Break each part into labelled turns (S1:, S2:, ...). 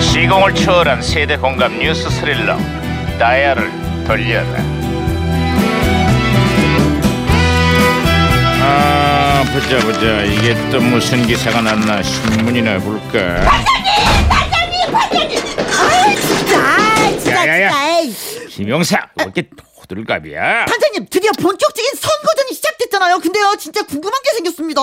S1: 시공을 초월한 세대 공감 뉴스 스릴러 다이아를 돌려라 아 보자 보자 이게 또 무슨 기사가 났나 신문이나 볼까
S2: 아, 진짜
S1: 야, 야, 야.
S2: 진짜. 에이.
S1: 김영사 왜 이렇게 호들갑이야
S2: 판사님 드디어 본격적인 선거전이 시작됐잖아요. 근데요 진짜 궁금한 게 생겼습니다.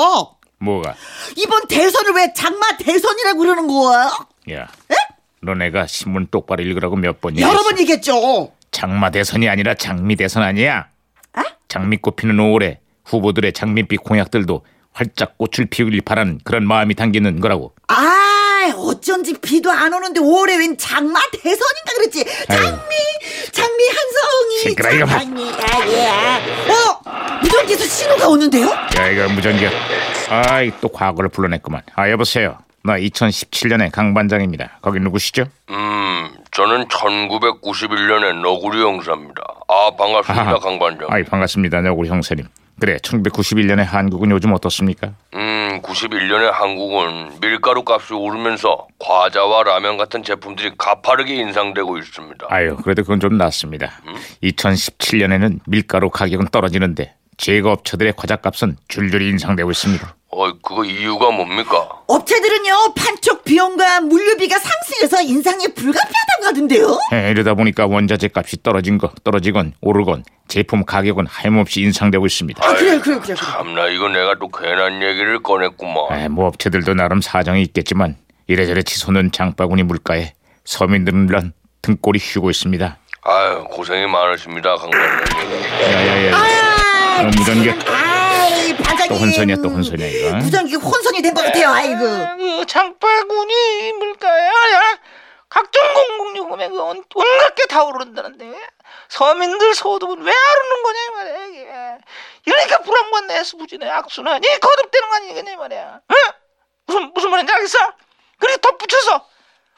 S1: 뭐가
S2: 이번 대선을 왜 장마 대선이라고 그러는 거예요?
S1: 야
S2: 에?
S1: 너네가 신문 똑바로 읽으라고 몇 번이야
S2: 여러 번 얘기했죠.
S1: 장마 대선이 아니라 장미 대선 아니야
S2: 아?
S1: 장미꽃 피는 5월에 후보들의 장밋빛 공약들도 활짝 꽃을 피우길 바라는 그런 마음이 담기는 거라고
S2: 아 어쩐지 비도 안 오는데 5월에 웬 장마 대선인가 그랬지. 장미 장미 한성이
S1: 시끄러, 이거 봐.
S2: 장미 아, 아예. 어 무전기에서 신호가 오는데요?
S1: 야 이거 무전기야 아이 또 과거를 불러냈구만 아 여보세요 나 2017년의 강반장입니다 거기 누구시죠?
S3: 음, 저는 1991년의 너구리 형사입니다. 아, 반갑습니다,
S1: 아하.
S3: 강 반장.
S1: 아이 반갑습니다 네, 우리 형사님 그래 1991년의 한국은 요즘 어떻습니까?
S3: 음, 91년의 한국은 밀가루 값이 오르면서 과자와 라면 같은 제품들이 가파르게 인상되고 있습니다.
S1: 아유 그래도 그건 좀 낫습니다
S3: 음?
S1: 2017년에는 밀가루 가격은 떨어지는데 제과업체들의 과자값은 줄줄이 인상되고 있습니다
S3: 어, 그거 이유가 뭡니까?
S2: 업체들은요 판촉 비용과 물류비가 상승해서 인상이 불가피하다고 하던데요.
S1: 에, 예, 이러다 보니까 원자재 값이 떨어진 거 떨어지건 오르건 제품 가격은 하염없이 인상되고 있습니다
S2: 아 그래요 그래요 그래요. 그래요.
S3: 참나, 이거 내가 또 괜한 얘기를 꺼냈구만.
S1: 에, 뭐 업체들도 나름 사정이 있겠지만 이래저래 치솟는 장바구니 물가에 서민들은 등골이 휘고 있습니다.
S3: 아유, 고생이 많으십니다, 강 반장님.
S1: 야야야,
S2: 아,
S1: 그럼 무전기
S2: 아이 반장님
S1: 또 혼선이야 또 혼선이야 이거.
S2: 무전기 혼선이 된 것 같아요 아이고
S4: 그 장바구니 물가야 야. 각종 공공요금에 그 온- 온갖 게 다 오른다는데 서민들 소득은 왜 오르는 거냐 이 말이야 이게 이러니까 불안과 내수부진의 악순환이 거듭되는 거 아니겠냐 이 말이야 응? 무슨 무슨 말인지 알겠어? 그리고 덧붙여서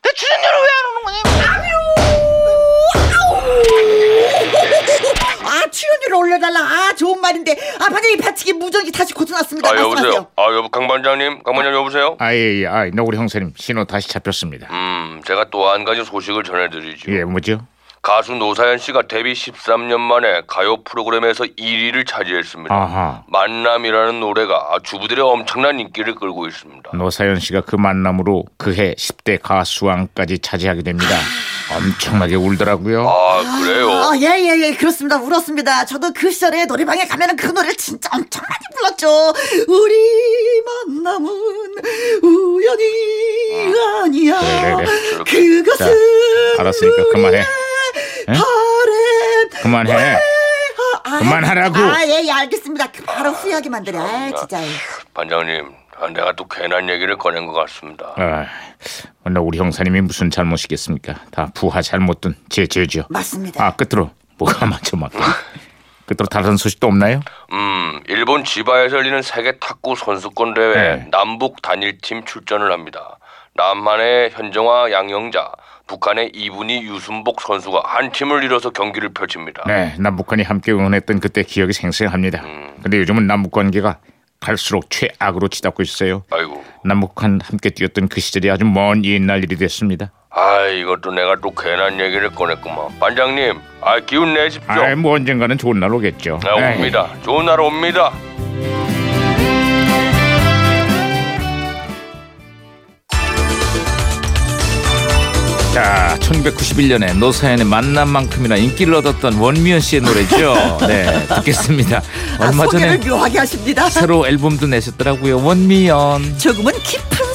S4: 내 주전료는 왜 안 오는 거냐 이 말이야
S2: 아 출연료를 올려달라 아 좋은 말인데 아 반장님 바치기 무전기 다시 고쳐놨습니다
S3: 아,
S2: 말씀하세요
S3: 여보세요? 아, 여보, 강 반장님? 강 반장 여보세요?
S1: 아예 아이 너구리 형사님 신호 다시 잡혔습니다.
S3: 음, 제가 또 한 가지 소식을 전해드리죠.
S1: 예 뭐죠?
S3: 가수 노사연 씨가 데뷔 13년 만에 가요 프로그램에서 1위를 차지했습니다.
S1: 아하
S3: 만남이라는 노래가 주부들의 엄청난 인기를 끌고 있습니다.
S1: 노사연 씨가 그 만남으로 그해 10대 가수왕까지 차지하게 됩니다. 엄청나게 울더라고요.
S3: 아 그래요?
S2: 예예예 그렇습니다 울었습니다 저도 그 시절에 노래방에 가면 그 노래를 진짜 엄청 많이 불렀죠 우리 만남은 우연이 아니야
S1: 그래, 그래.
S2: 그것은
S1: 네, 자, 알았으니까 그만해.
S2: 우리의 바램
S1: 그만해.
S2: 아,
S1: 그만하라고.
S2: 아, 예, 예, 알겠습니다. 그 바로 후회하게 만들어. 아, 진짜.
S3: 반장님, 아, 내가 또 괜한 얘기를 꺼낸 것 같습니다.
S1: 아, 너구리 형사님이 무슨 잘못이겠습니까? 다 부하 잘못든 제 죄죠.
S2: 맞습니다.
S1: 아 끝으로 뭐가 맞죠 막 끝으로 다른 소식도 없나요?
S3: 음, 일본 지바에서 열리는 세계 탁구 선수권 대회
S1: 네.
S3: 남북 단일팀 출전을 합니다. 남한의 현정화 양영자, 북한의 이분희 유순복 선수가 한 팀을 이뤄서 경기를 펼칩니다.
S1: 네 남북한이 함께 응원했던 그때 기억이 생생합니다
S3: 음.
S1: 근데 요즘은 남북 관계가 갈수록 최악으로 치닫고 있어요
S3: 아이고,
S1: 남북한 함께 뛰었던 그 시절이 아주 먼 옛날 일이 됐습니다
S3: 아 이것도 내가 또 괜한 얘기를 꺼냈구만. 반장님, 아 기운 내십시오.
S1: 아이 뭐 언젠가는 좋은 날 오겠죠
S3: 네, 옵니다. 좋은 날 옵니다.
S1: 에이, 네. 자 1991년에 노사연의 만남만큼이나 인기를 얻었던 원미연 씨의 노래죠 네 듣겠습니다
S2: 아, 소개를 묘하게 하십니다.
S1: 새로 앨범도 내셨더라고요 원미연
S2: 조금은 깊은